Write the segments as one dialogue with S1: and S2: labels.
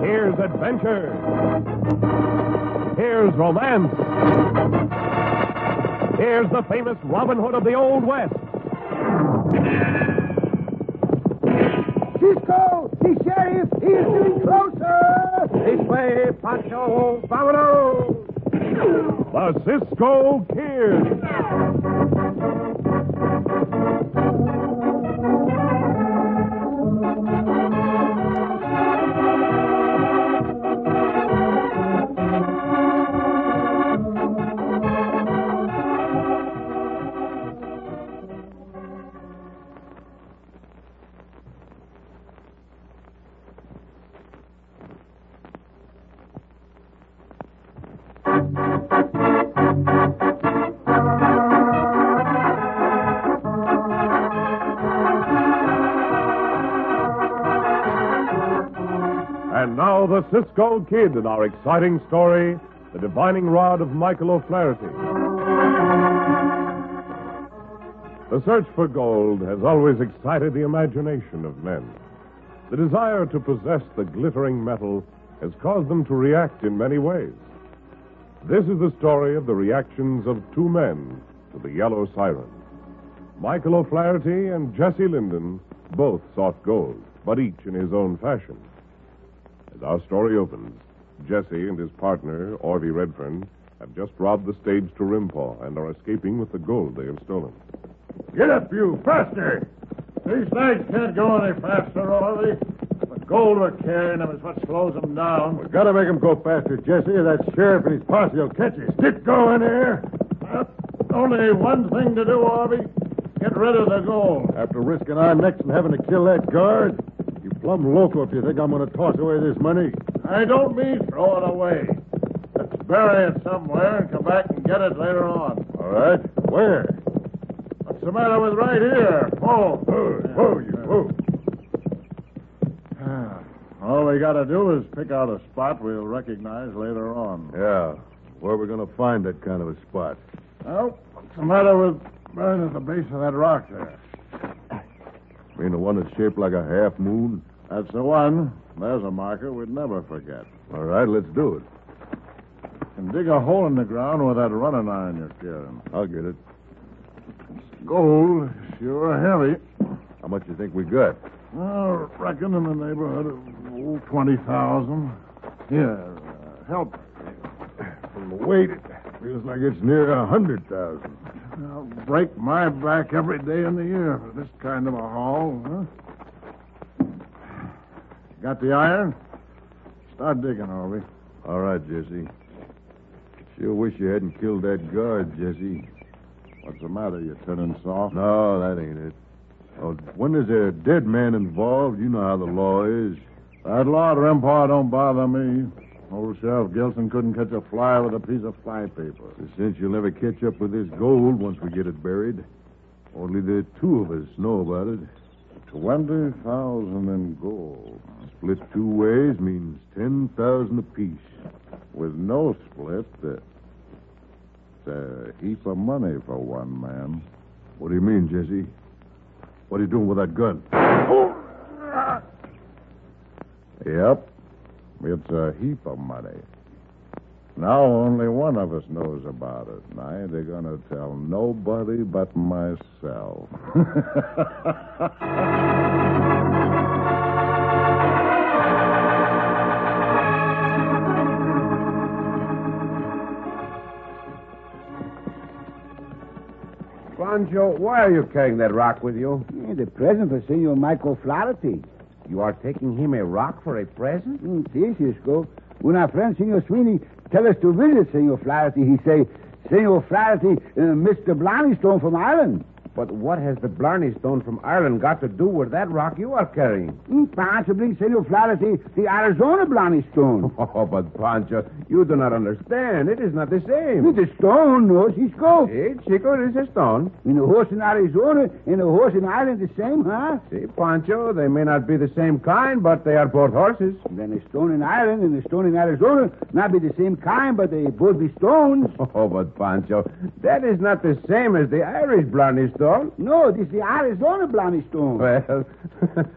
S1: Here's adventure. Here's romance. Here's the famous Robin Hood of the Old West.
S2: Cisco, the sheriff, he is getting closer.
S3: This way, Pancho. Vámonos.
S1: The Cisco Kid. And now the Cisco Kid in our exciting story, The Divining Rod of Michael O'Flaherty. The search for gold has always excited the imagination of men. The desire to possess the glittering metal has caused them to react in many ways. This is the story of the reactions of two men to the yellow siren. Michael O'Flaherty and Jesse Linden both sought gold, but each in his own fashion. As our story opens, Jesse and his partner, Orvie Redfern, have just robbed the stage to Rimpaw and are escaping with the gold they have stolen.
S4: Get up, you, faster! These lads can't go any faster, Orley. The gold we're carrying them is what slows them down.
S5: We gotta make him go faster, Jesse, or that sheriff and his posse will catch us.
S4: Stick going here. Uh, only one thing to do, Orby. Get rid of the gold.
S5: After risking our necks and having to kill that guard, you plumb loco if you think I'm gonna toss away this money.
S4: I don't mean throw it away. Let's bury it somewhere and come back and get it later on.
S5: All right, where?
S4: What's the matter with right here? Oh,
S5: Whoa, whoa, you, whoa.
S4: Ah, All we gotta do is pick out a spot we'll recognize later on.
S5: Yeah, where are we gonna find that kind of a spot?
S4: Well, what's the matter with burning at the base of that rock there?
S5: Mean the one that's shaped like a half moon?
S4: That's the one. There's a marker we'd never forget.
S5: All right, let's do it.
S4: And dig a hole in the ground with that running iron you're carrying.
S5: I'll get it.
S4: Gold, sure heavy.
S5: How much you think we got?
S4: Well, reckon in the neighborhood of oh, 20,000. Here, uh, help me.
S5: From the weight, it feels like it's near a hundred thousand.
S4: I'll break my back every day in the year for this kind of a haul, huh? Got the iron? Start digging, Orby.
S5: All right, Jesse. Sure wish you hadn't killed that guard, Jesse.
S4: What's the matter? You turning soft?
S5: No, that ain't it. Oh, when there's a dead man involved, you know how the law is.
S4: That law at Empire don't bother me. Old Sheriff Gilson couldn't catch a fly with a piece of flypaper.
S5: Since you'll never catch up with this gold once we get it buried, only the two of us know about it.
S4: Twenty thousand in gold.
S5: Split two ways means ten thousand apiece.
S4: With no split, uh, it's a heap of money for one man.
S5: What do you mean, Jesse? What are you doing with that gun?
S4: Yep. It's a heap of money. Now only one of us knows about it, and I ain't gonna tell nobody but myself.
S3: Pancho, why are you carrying that rock with you?
S2: Yeah, Eh, the present for Senor Michael Flaherty.
S3: You are taking him a rock for a present?
S2: Mm, si, Cisco. When our friend Senor Sweeney tell us to visit Senor Flaherty, he say, Senor Flaherty, uh, Mr. Blarney stone from Ireland.
S3: But what has the Blarney Stone from Ireland got to do with that rock you are carrying?
S2: Mm, possibly Senor Flaherty, the Arizona Blarney stone.
S3: Oh, but Pancho, you do not understand. It is not the
S2: With
S3: same.
S2: the stone, no, Cisco.
S3: Eh, Chico, it is a stone.
S2: And a horse in Arizona and a horse in Ireland the same, huh?
S3: See, Pancho, they may not be the same kind, but they are both horses.
S2: Then a stone in Ireland and a stone in Arizona not be the same kind, but they both be stones.
S3: Oh, but Pancho, that is not the same as the Irish Blarney stone?
S2: No, this the Arizona Blarneystone.
S3: Well,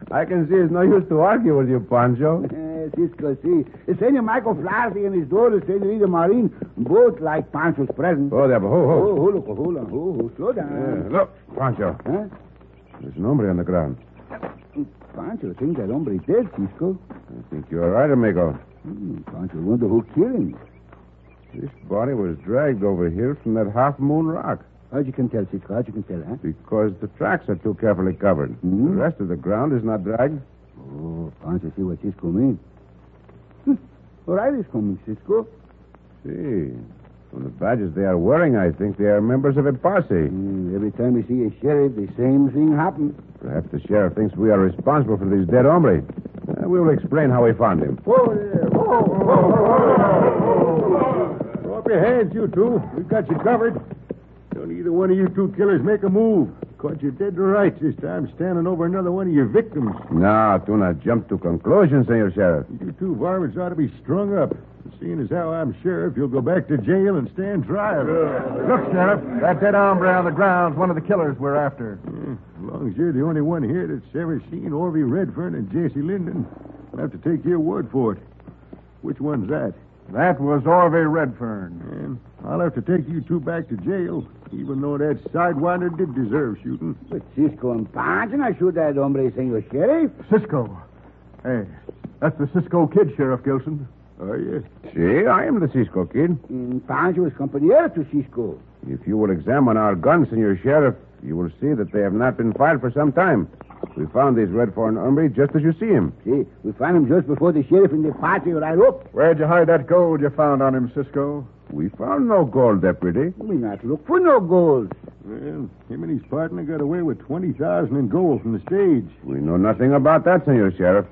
S3: I can see it's no use to argue with you, Pancho.
S2: Eh, Cisco, see. Senor Michael Flaherty and his daughter, Senorita Marine, both like Pancho's present.
S3: Oh, there, but ho, ho.
S2: Oh, hold on, hold on, hold on. Oh, Slow down. Eh,
S3: look, Pancho,
S2: Huh?
S3: there's an hombre on the ground.
S2: Pancho thinks that hombre is dead, Cisco.
S3: I think you're right, amigo.
S2: Hmm, Pancho wonder who killed him.
S3: This body was dragged over here from that half moon rock
S2: How'd you can tell, Cisco? How'd you can tell, eh? huh?
S3: because the tracks are too carefully covered.
S2: Hmm?
S3: The rest of the ground is not dragged.
S2: Oh, Pancho see what Cisco means. Hmm. All right, it's coming, Cisco.
S3: See, from the badges they are wearing, I think they are members of a posse.
S2: Hmm, every time we see a sheriff, the same thing happens.
S3: Perhaps the sheriff thinks we are responsible for this dead hombre. Uh, we will explain how we found him.
S2: Oh, yeah.
S4: oh,
S5: Throw up your hands, you two. We got you covered. Don't either one of you two killers make a move. Caught you dead to rights this time, standing over another one of your victims.
S3: Now, do not jump to conclusions, Senor Sheriff.
S5: You two varmints ought to be strung up. Seeing as how I'm sheriff, you'll go back to jail and stand trial.
S4: Look, Sheriff, that dead hombre on the ground's one of the killers we're after.
S5: As long as you're the only one here that's ever seen Orvie Redfern and Jesse Linden, I'll have to take your word for it. Which one's that?
S4: That was Orvie Redfern.
S5: And I'll have to take you two back to jail, even though that sidewinder did deserve shooting.
S2: But Cisco and Pancho, I shoot that hombre, senor sheriff.
S4: Cisco. Hey, that's the Cisco kid, Sheriff Gilson.
S5: Are you?
S3: See, I am the Cisco kid.
S2: And Mm, Pancho was compañero to Cisco.
S3: If you will examine our guns, Senor Sheriff, you will see that they have not been fired for some time. We found this red foreign hombre just as you see him.
S2: See, we found him just before the sheriff and the party right up.
S4: Where'd you hide that gold you found on him, Cisco?
S3: We found no gold, deputy.
S2: We not look for no gold.
S5: Well, him and his partner got away with 20000 in gold from the stage.
S3: We know nothing about that, Senor Sheriff.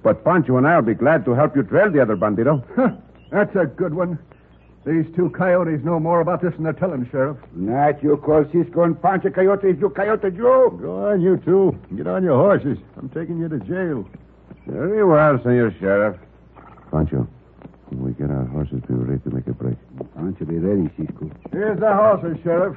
S3: But Pancho and I will be glad to help you trail the other bandito.
S4: That's a good one. These two coyotes know more about this than they're telling, Sheriff.
S2: Not you call Cisco and Pancho coyotes, you coyote Joe.
S5: Go on, you two. Get on your horses. I'm taking you to jail.
S3: Very well, Senor Sheriff. Pancho, when we get our horses, be ready to make a break.
S2: Pancho, be ready, Cisco.
S4: Here's the horses, Sheriff.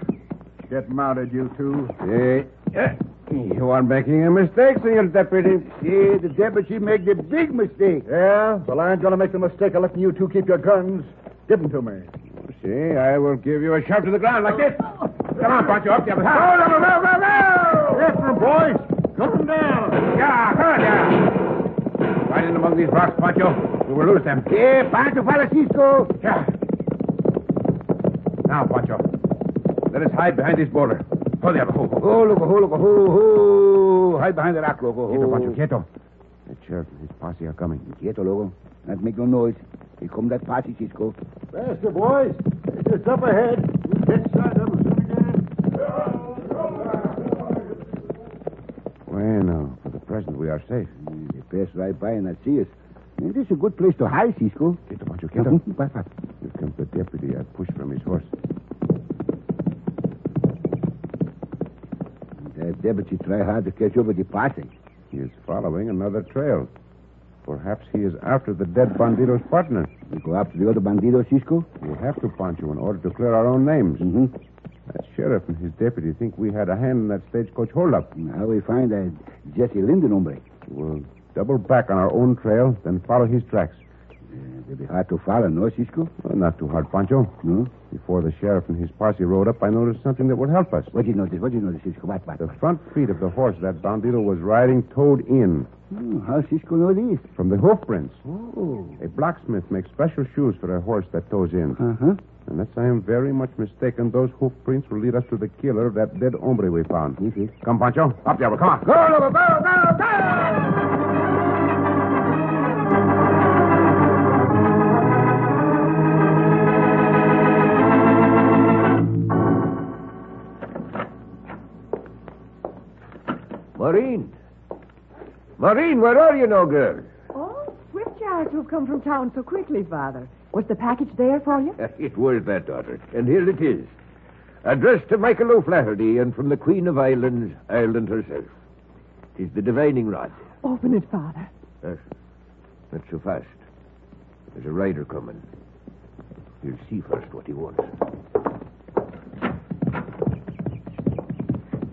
S4: Get mounted, you two.
S3: Eh, eh, you are making a mistake, Senor Deputy.
S2: See, the deputy make the big mistake.
S4: Yeah? Well, I ain't going to make the mistake of letting you two keep your guns. Give them to me.
S3: See, I will give you a shove to the ground like this. Come on, Pancho, up the other side.
S5: After 'em, boys! Cut 'em down!
S3: Yeah, come on, yeah. Right in among these rocks, Pancho. We will lose them.
S2: Yeah, Pancho, follow Cisco.
S3: Yeah. Now, Pancho, let us hide behind this boulder. Hold the other hole.
S2: Oh, look, oh, look, oh, oh. Hide behind the rock, loco.
S3: Quieto,
S2: oh.
S3: Pancho, quieto. The sheriff and his posse are coming.
S2: Quieto, loco. Not make no noise. Here come that party, Cisco.
S5: Faster, boys! It's up ahead. Get sight of 'em soon again.
S3: Bueno, for the present, we are safe.
S2: Mm, They pass right by and I see us. Mm, This is a good place to hide, Cisco. Mm-hmm.
S3: Quieto, Pancho, quieto.
S2: By far.
S3: Here comes the deputy. I pushed from his horse.
S2: That deputy try hard to catch up with the party.
S3: He is following another trail. Perhaps he is after the dead bandito's partner.
S2: We go after the other bandido, Cisco.
S3: We have to, Pancho, in order to clear our own names.
S2: Mm-hmm.
S3: That sheriff and his deputy think we had a hand in that stagecoach holdup.
S2: How we find that Jesse Linden hombre?
S3: We'll double back on our own trail, then follow his tracks.
S2: It'll be hard to follow, no, Cisco?
S3: Well, not too hard, Pancho. Hmm?
S2: No?
S3: Before the sheriff and his posse rode up, I noticed something that would help us.
S2: What did you notice? What did you notice, Cisco? What, what?
S3: The front feet of the horse that bandito was riding towed in
S2: Hmm, how Cisco know this?
S3: from the hoof prints.
S2: Oh.
S3: A blacksmith makes special shoes for a horse that toes in.
S2: Uh-huh.
S3: Unless I am very much mistaken, those hoof prints will lead us to the killer of that dead hombre we found. Hmm?
S2: You see?
S3: Come, Pancho. Up there, come on. Go, go, go, go, go!
S2: Maureen. Maureen, where are you, no girl?
S6: Oh, Swiftjacks, you've come from town so quickly, Father. Was the package there for you?
S2: It was that, daughter. And here it is. Addressed to Michael O'Flaherty and from the Queen of Ireland, Ireland herself. Tis the divining rod.
S6: Open it, Father.
S2: Not so fast. There's a rider coming. You'll see first what he wants.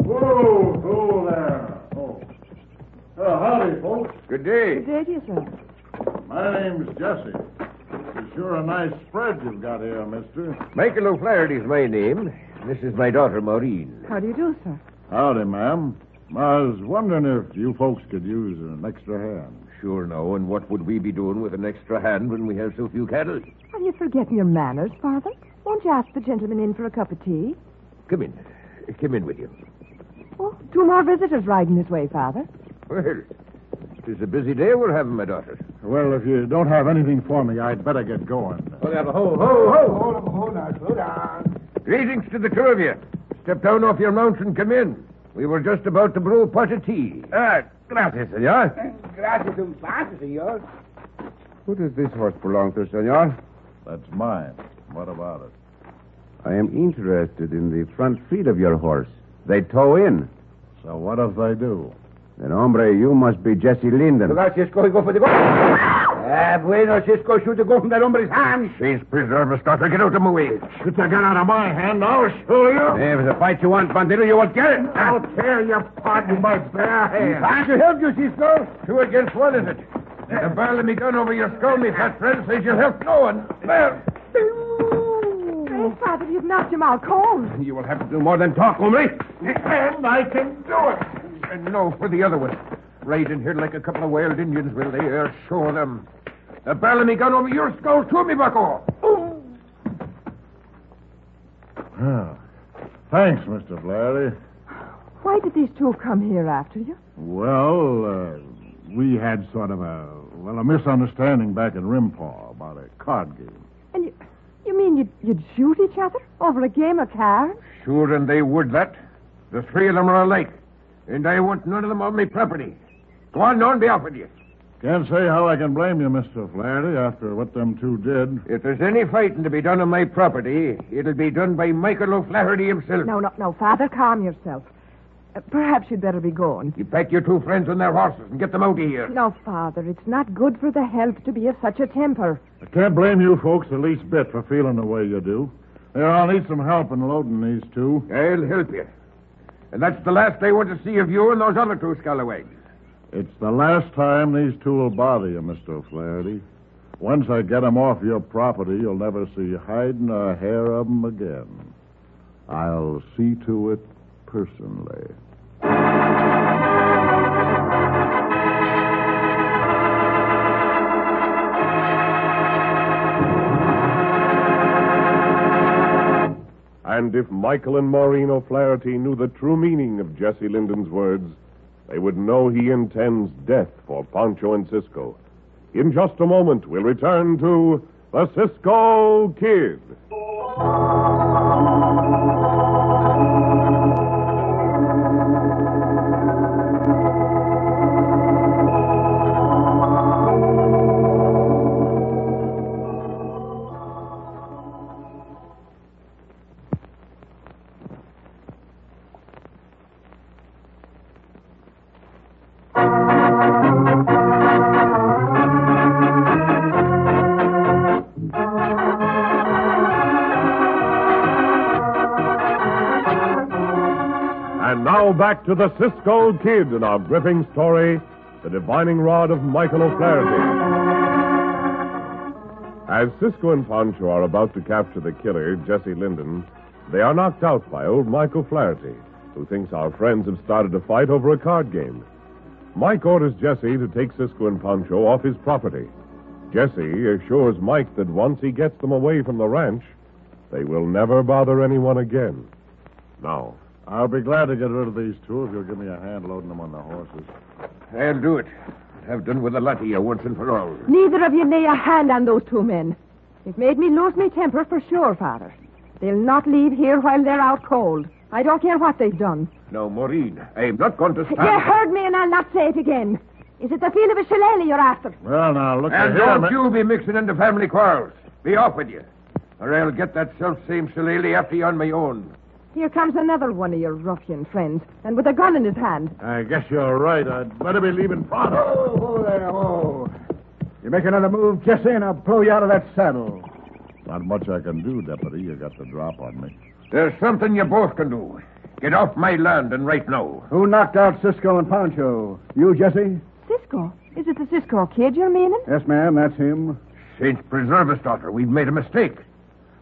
S4: Well, Oh. Uh, howdy, folks.
S3: Good day.
S6: Good day to you, sir.
S4: My name's Jesse. It's sure a nice spread you've got here, mister.
S3: Michael O'Flaherty's my name. This is my daughter, Maureen.
S6: How do you do, sir?
S4: Howdy, ma'am. I was wondering if you folks could use an extra hand.
S3: Sure, no. And what would we be doing with an extra hand when we have so few cattle?
S6: Have you forgotten your manners, father? Won't you ask the gentleman in for a cup of tea?
S3: Come in. Come in with you.
S6: Oh, two more visitors riding this way, father.
S3: Well, it is a busy day we're having, my daughter.
S4: Well, if you don't have anything for me, I'd better get going.
S3: Well, have a ho, ho, ho!
S2: Hold on, hold on, slow down.
S3: Greetings to the two of you. Step down off your mounts and come in. We were just about to brew a pot of tea. Ah, gracias, senor.
S2: Gracias un paso, senor.
S3: Who does this horse belong to, senor?
S4: That's mine. What about it?
S3: I am interested in the front feet of your horse. They toe in.
S4: So what if they do?
S3: Then, hombre, you must be Jesse Linden.
S2: Look out, Cisco, he go for the gold. Ah, bueno, Cisco, shoot the gold from that hombre's hand.
S3: She's preserved, Mr. Carter. Get out of my way.
S4: Shoot the gun out of my hand, I'll show you.
S3: If it's a fight you want, Bandito, you will get it.
S4: I'll tear you apart with my bare hands.
S2: Trying to help you, Cisco.
S3: Two against one, is it? The barrel of me gun over your skull, me fat friend, says you'll help no one. There.
S6: Mm. Grandfather, you've knocked him out cold.
S3: You will have to do more than talk, hombre.
S4: And I can do it.
S3: And no, for the other one. Right in here like a couple of wild Indians, will they? I'll show them. The barrel of me gun over your skull, too, me bucko.
S4: Thanks, Mr. Flaherty.
S6: Why did these two come here after you?
S4: Well, uh, we had sort of a, well, a misunderstanding back in Rimpaw about a card game.
S6: And you, you mean you'd, you'd shoot each other over a game of cards?
S3: Sure, and they would that. The three of them are alike. And I want none of them on my property. Go on, no one be off with you.
S4: Can't say how I can blame you, Mr. Flaherty, after what them two did.
S3: If there's any fighting to be done on my property, it'll be done by Michael O'Flaherty himself.
S6: No, no, no, Father, calm yourself. Uh, perhaps you'd better be going.
S3: You pack your two friends on their horses and get them out of here.
S6: No, Father, it's not good for the health to be of such a temper.
S4: I can't blame you folks the least bit for feeling the way you do. Here, I'll need some help in loading these two.
S3: I'll help you. And that's the last I want to see of you and those other two scalawags.
S4: It's the last time these two will bother you, Mr. Flaherty. Once I get 'em off your property, you'll never see hide nor hair of 'em again. I'll see to it personally.
S1: And if Michael and Maureen O'Flaherty knew the true meaning of Jesse Linden's words, they would know he intends death for Pancho and Cisco. In just a moment, we'll return to the Cisco Kid. And now back to the Cisco Kid and our gripping story, The Divining Rod of Michael O'Flaherty. As Cisco and Pancho are about to capture the killer, Jesse Linden, they are knocked out by old Michael Flaherty, who thinks our friends have started a fight over a card game. Mike orders Jesse to take Cisco and Pancho off his property. Jesse assures Mike that once he gets them away from the ranch, they will never bother anyone again. Now,
S4: I'll be glad to get rid of these two if you'll give me a hand loading them on the horses.
S3: I'll do it. Have done with the lot of you once and for all.
S6: Neither of you lay a hand on those two men. They've made me lose my temper for sure, Father. They'll not leave here while they're out cold. I don't care what they've done.
S3: No, Maureen, I'm not going to stand.
S6: You heard me, and I'll not say it again. Is it the feel of a shillelagh you're after?
S4: Well, now, look
S3: And
S4: here,
S3: don't
S4: ma-
S3: you be mixing into family quarrels. Be off with you. Or I'll get that self-same shillelagh after you on my own.
S6: Here comes another one of your ruffian friends, and with a gun in his hand.
S4: I guess you're right. I'd better be leaving Prado.
S5: Oh, whoa there, whoa. You make another move, Jesse, and I'll blow you out of that saddle.
S4: Not much I can do, Deputy. You got the drop on me.
S3: There's something you both can do.
S7: Get off my land and right now.
S5: Who knocked out Cisco and Pancho? You, Jesse?
S6: Cisco? Is it the Cisco kid you're meaning?
S5: Yes, ma'am, that's him.
S7: Saints preserve us, daughter. We've made a mistake.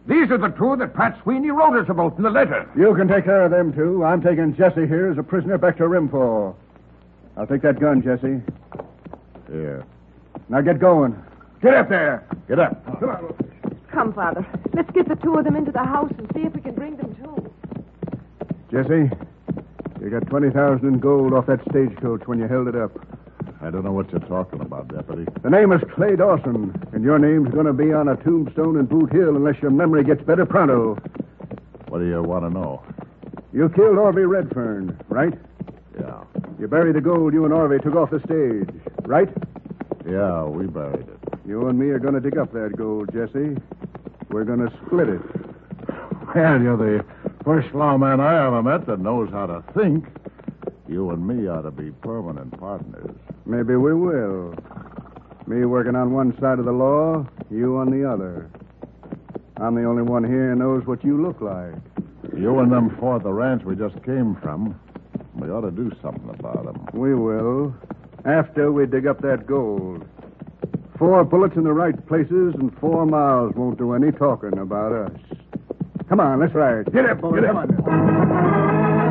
S7: These are the two that Pat Sweeney wrote us about in the letter.
S5: You can take care of them two. I'm taking Jesse here as a prisoner back to Rimfor. I'll take that gun, Jesse.
S4: Here.
S5: Now get going. Get up there.
S4: Get up.
S6: Come, Father. Let's get the two of them into the house and see if we can bring them to.
S5: Jesse, you got 20000 in gold off that stagecoach when you held it up.
S4: I don't know what you're talking about, Deputy.
S5: The name is Clay Dawson, and your name's going to be on a tombstone in Boot Hill unless your memory gets better pronto.
S4: What do you want to know?
S5: You killed Orvie Redfern, right?
S4: Yeah.
S5: You buried the gold you and Orvie took off the stage, right?
S4: Yeah, we buried it.
S5: You and me are going to dig up that gold, Jesse. We're going to split it.
S4: Well, you're the first lawman I ever met that knows how to think. You and me ought to be permanent partners.
S5: Maybe we will. Me working on one side of the law, you on the other. I'm the only one here who knows what you look like.
S4: You and them four at the ranch we just came from. We ought to do something about them.
S5: We will. After we dig up that gold. Four bullets in the right places and four miles won't do any talking about us. Come on, let's ride. Get up, boy. Come on.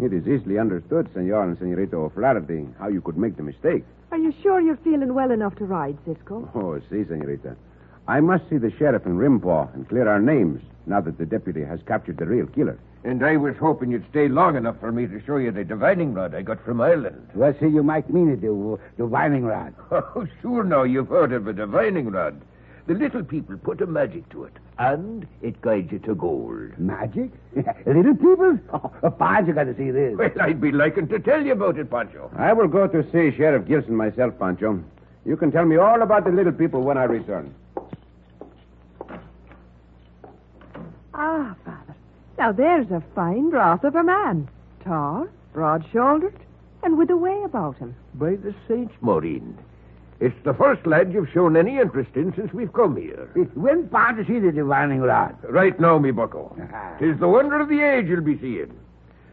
S3: It is easily understood, Senor and Senorita O'Flaherty, how you could make the mistake.
S6: Are you sure you're feeling well enough to ride, Cisco?
S3: Oh, see, Senorita. I must see the sheriff in Rimpaw and clear our names now that the deputy has captured the real killer.
S7: And I was hoping you'd stay long enough for me to show you the divining rod I got from Ireland.
S2: What see you might mean it, the, the whining rod.
S7: Oh, sure now you've heard of a divining rod. The little people put a magic to it, and it guides you to gold.
S2: Magic? Little people? Oh, Poncho got to see this.
S7: Well, I'd be liking to tell you about it, Pancho.
S3: I will go to see Sheriff Gilson myself, Pancho. You can tell me all about the little people when I return.
S6: Ah, Father. Now there's a fine broth of a man. Tall, broad shouldered, and with a way about him.
S7: By the saints, Maureen. It's the first lad you've shown any interest in since we've come here.
S2: When Poncho see the divining rod?
S7: Right now, me bucko.
S2: Ah.
S7: Tis the wonder of the age you'll be seeing.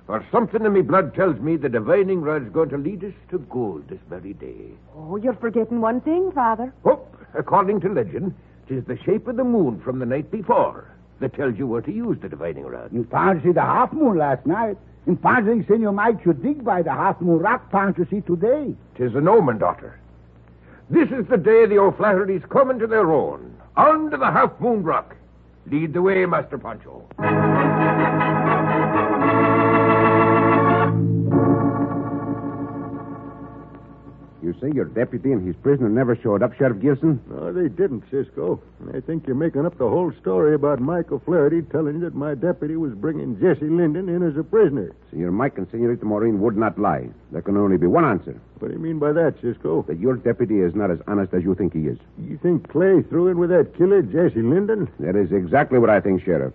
S7: For something in me blood tells me the divining rod's going to lead us to gold this very day.
S6: Oh, you're forgetting one thing, Father.
S7: Oh, according to legend, 'tis the shape of the moon from the night before that tells you where to use the divining rod.
S2: And Poncho see the half moon last night. And Poncho think Senor Mike should dig by the half moon rock Poncho see today.
S7: Tis an omen, daughter. This is the day the O'Flaherty's come into their own, under the half moon rock. Lead the way, Master Pancho.
S3: You say your deputy and his prisoner never showed up, Sheriff Gilson?
S5: No, they didn't, Cisco. I think you're making up the whole story about Michael Flaherty telling you that my deputy was bringing Jesse Linden in as a prisoner.
S3: Senor Mike and Senorita Maureen would not lie. There can only be one answer
S5: What do you mean by that, Cisco?
S3: that your deputy is not as honest as you think he is.
S5: You think Clay threw in with that killer, Jesse Linden?
S3: That is exactly what I think, Sheriff.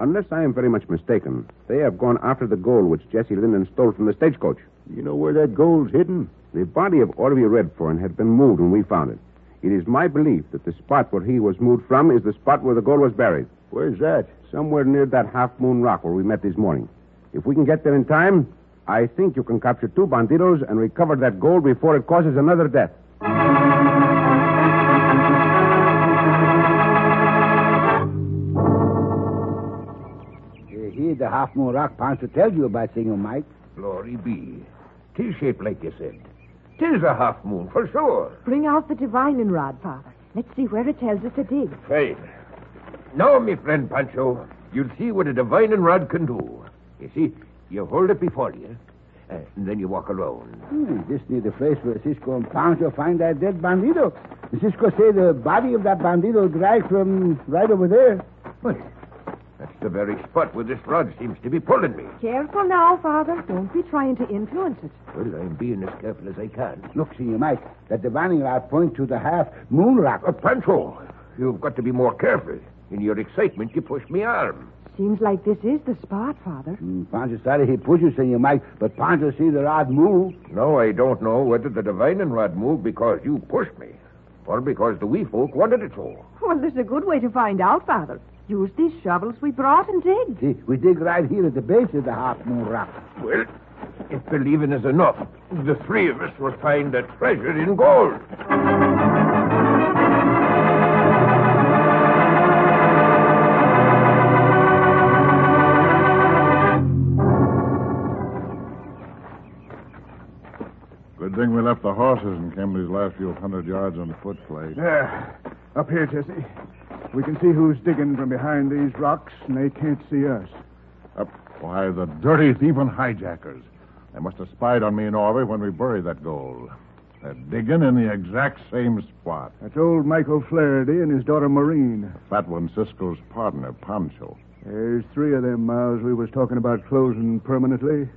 S3: Unless I am very much mistaken, they have gone after the gold which Jesse Linden stole from the stagecoach.
S5: You know where that gold's hidden?
S3: The body of Orvie Redfern had been moved when we found it. It is my belief that the spot where he was moved from is the spot where the gold was buried,
S5: Where's that?
S3: somewhere near that half moon rock where we met this morning. If we can get there in time, I think you can capture two bandidos and recover that gold before it causes another death.
S2: Uh, Here, the half moon rock Poncho tell you about Senor Mike.
S7: Glory be. Tis shaped like you said. Tis a half moon, for sure.
S6: Bring out the divining rod, Father. Let's see where it tells us to dig.
S7: Fine. Now, me friend Pancho, you'll see what a divining rod can do. You see, you hold it before you, uh, and then you walk around.
S2: Hmm, this near the place where Cisco and Pancho find that dead bandito. Cisco say the body of that bandito dragged from right over there.
S7: Well, that's the very spot where this rod seems to be pulling me.
S6: Careful now, Father. Don't be trying to influence it.
S7: Well, I'm being as careful as I can.
S2: Look, Senor Mike, that divining rod point to the half moon rock. Oh,
S7: Uh, Pancho, you've got to be more careful. In your excitement, you push me arm.
S6: Seems like this is the spot, Father.
S2: Mm, Pontius started, he pushed you, Senor Mike, but Pontius see the rod move.
S7: No, I don't know whether the divining rod moved because you pushed me or because the wee folk wanted it so.
S6: Well, there's a good way to find out, Father. Use these shovels we brought and dig.
S2: See, we dig right here at the base of the Half Moon Rock.
S7: Well, if believing is enough, the three of us will find a treasure in gold.
S4: Good thing we left the horses and came these last few hundred yards on foot, Clay.
S5: There. Up here, Jesse. We can see who's digging from behind these rocks, and they can't see us.
S4: Up. Why, the dirty thieving hijackers. They must have spied on me and Orville when we buried that gold. They're digging in the exact same spot.
S5: That's old Michael Flaherty and his daughter Maureen.
S4: That one, Cisco's partner, Pancho.
S5: There's three of them miles we was talking about closing permanently.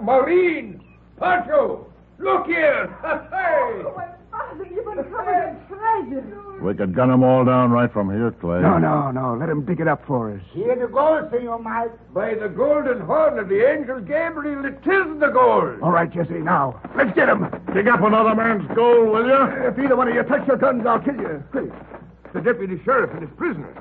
S7: Maureen! Pancho! Look here! Hey!
S6: Father, you've been covered in treasure.
S4: We could gun them all down right from here, Clay.
S5: No, no, no. Let him dig it up for us.
S2: Here the gold, Senor Mike.
S7: By the golden horn of the angel Gabriel, it is the gold.
S2: Uh,
S5: All right, Jesse, now. Let's get him.
S4: Dig up another man's gold, will
S7: Uh,
S4: you?
S5: If either one of you touch your guns, I'll kill you. Quick.
S7: The deputy sheriff and his prisoners.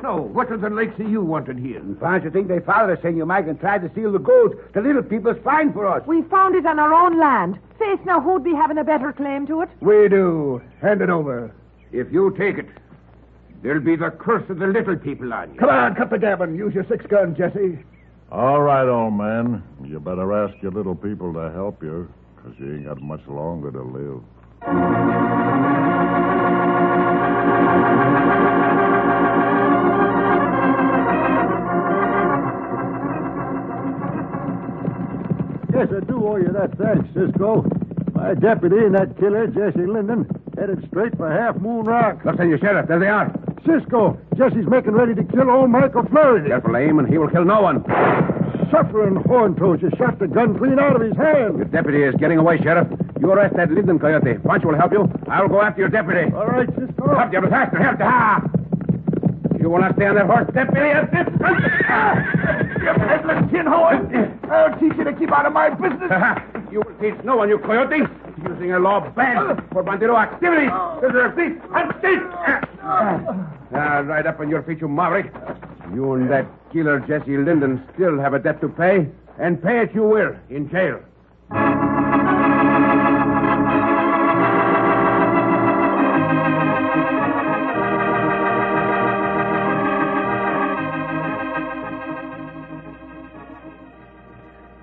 S7: No, what does the likes of you want in here?
S2: Pontius think they followed us, Senor Mike, and tried to steal the gold the little people's find for us.
S6: We found it on our own land. Faith, now who'd be having a better claim to it?
S5: We do. Hand it over.
S7: If you take it, there'll be the curse of the little people on you.
S5: Come on, cut the gabbing. Use your six gun, Jesse.
S4: All right, old man. You better ask your little people to help you, because you ain't got much longer to live.
S8: Yes, I do owe you that thanks, Cisco. My deputy and that killer, Jesse Linden, headed straight for Half Moon Rock.
S3: Look, Senor Sheriff, there they are.
S8: Cisco, Jesse's making ready to kill old Michael Flaherty.
S3: Careful aim, and he will kill no one.
S8: Suffering horn toes, you shot the gun clean out of his hand.
S3: Your deputy is getting away, Sheriff. You arrest that Linden coyote. Pancho will help you. I'll go after your deputy.
S8: All right, Cisco.
S3: Help you, but faster, help you. Ha! You will not stay on that horse, deputy. At this... You peddling tin horse. I'll teach you to keep out of my business. you will teach no one, you coyote. Using a law banned for bandito activities. This is a thief and thief. Ah, right up on your feet, you maverick. You and that killer, Jesse Linden, still have a debt to pay, and pay it you will in jail.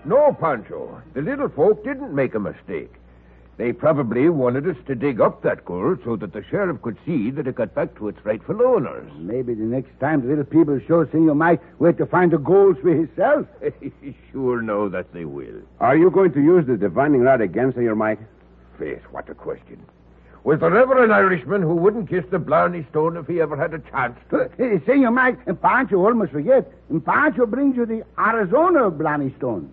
S7: No, Pancho. The little folk didn't make a mistake. They probably wanted us to dig up that gold so that the sheriff could see that it got back to its rightful owners.
S2: Maybe the next time the little people show Senor Mike where to find the gold for himself.
S7: sure know that they will.
S3: Are you going to use the divining rod again, Senor Mike?
S7: Faith, what a question. Was there ever an Irishman who wouldn't kiss the Blarney Stone if he ever had a chance to?
S2: Hey, Senor Mike, and Pancho almost forget. And Pancho brings you the Arizona Blarney Stone.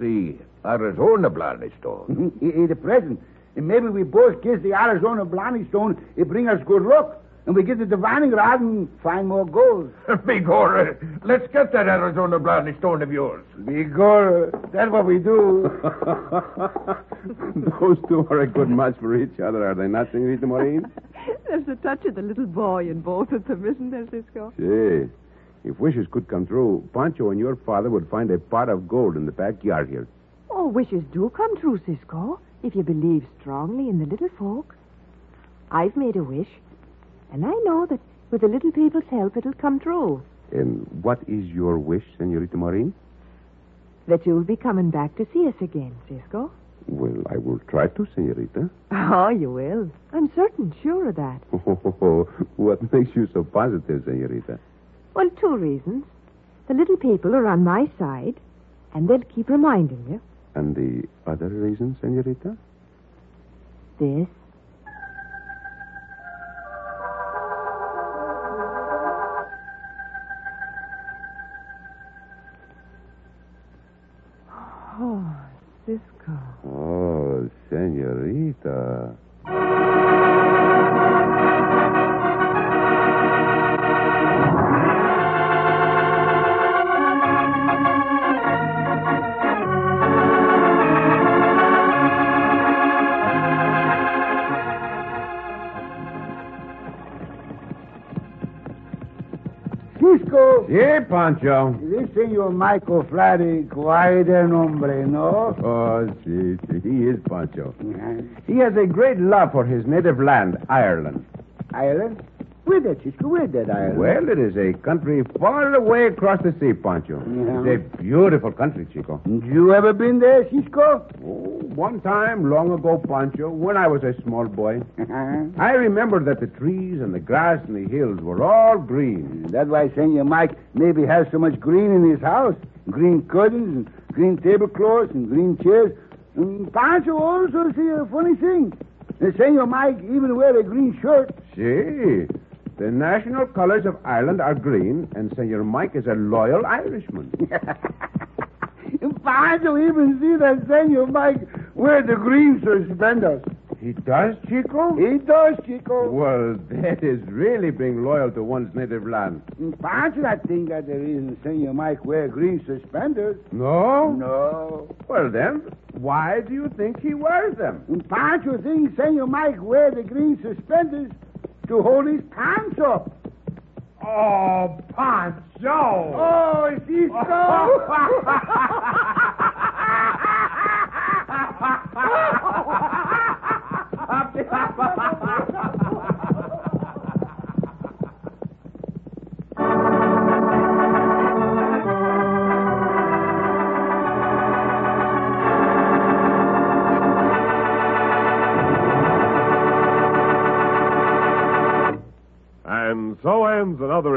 S7: The Arizona Blarney Stone.
S2: Mhm, i- in the present. And maybe we both kiss the Arizona Blarney Stone. It bring us good luck. And we get the divining rod and find more gold.
S7: Begorra, let's get that Arizona Blarney Stone of yours.
S2: Bigor, that's what we do.
S3: Those two are a good match for each other, are they not, Senorita Maureen?
S6: There's a touch of the little boy in both of them, isn't there, Cisco?
S3: Gee, if wishes could come true, Pancho and your father would find a pot of gold in the backyard here.
S6: Oh, wishes do come true, Cisco, if you believe strongly in the little folk. I've made a wish, and I know that with the little people's help it'll come true.
S3: And what is your wish, Senorita Maureen?
S6: That you'll be coming back to see us again, Cisco.
S3: Well, I will try to, Senorita.
S6: Oh, you will. I'm certain, sure of that.
S3: what makes you so positive, Senorita?
S6: Well, two reasons. The little people are on my side, and they'll keep reminding you.
S3: And the other reason, Senorita?
S6: This. Oh, Cisco.
S3: Oh, Senorita.
S2: Cisco.
S3: Yeah, Pancho.
S2: This Senor Michael Flaherty quite an hombre, no?
S3: Oh, see, see, he is Pancho. He has a great love for his native land, Ireland.
S2: Ireland? Where that, Cisco? Where that Ireland?
S3: Well, it is a country far away across the sea, Pancho.
S2: Yeah.
S3: It's a beautiful country, Chico.
S2: You ever been there, Cisco?
S3: Oh, one time, long ago, Pancho, when I was a small boy, I remember that the trees and the grass and the hills were all green.
S2: That's why Senor Mike maybe has so much green in his house. Green curtains and green tablecloths and green chairs. And Pancho also see a funny thing. The Senor Mike even wear a green shirt.
S3: See, the national colors of Ireland are green, and Senor Mike is a loyal Irishman.
S2: Pancho even see that Senor Mike wear the green suspenders.
S3: He does, Chico?
S2: He does, Chico.
S3: Well, that is really being loyal to one's native land.
S2: Pancho, I think that the reason Senor Mike wear green suspenders.
S3: No?
S2: No.
S3: Well, then, why do you think he wears them?
S2: And Pancho thinks Senor Mike wear the green suspenders to hold his pants up.
S3: Oh, Pancho!
S2: Oh, Cisco!
S4: And so ends another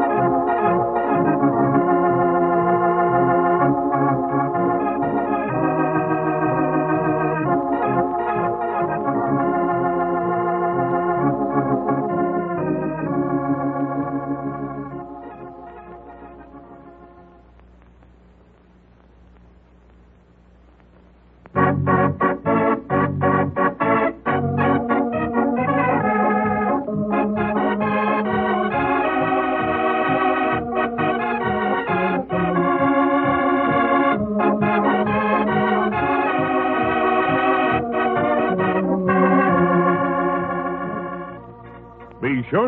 S4: Be sure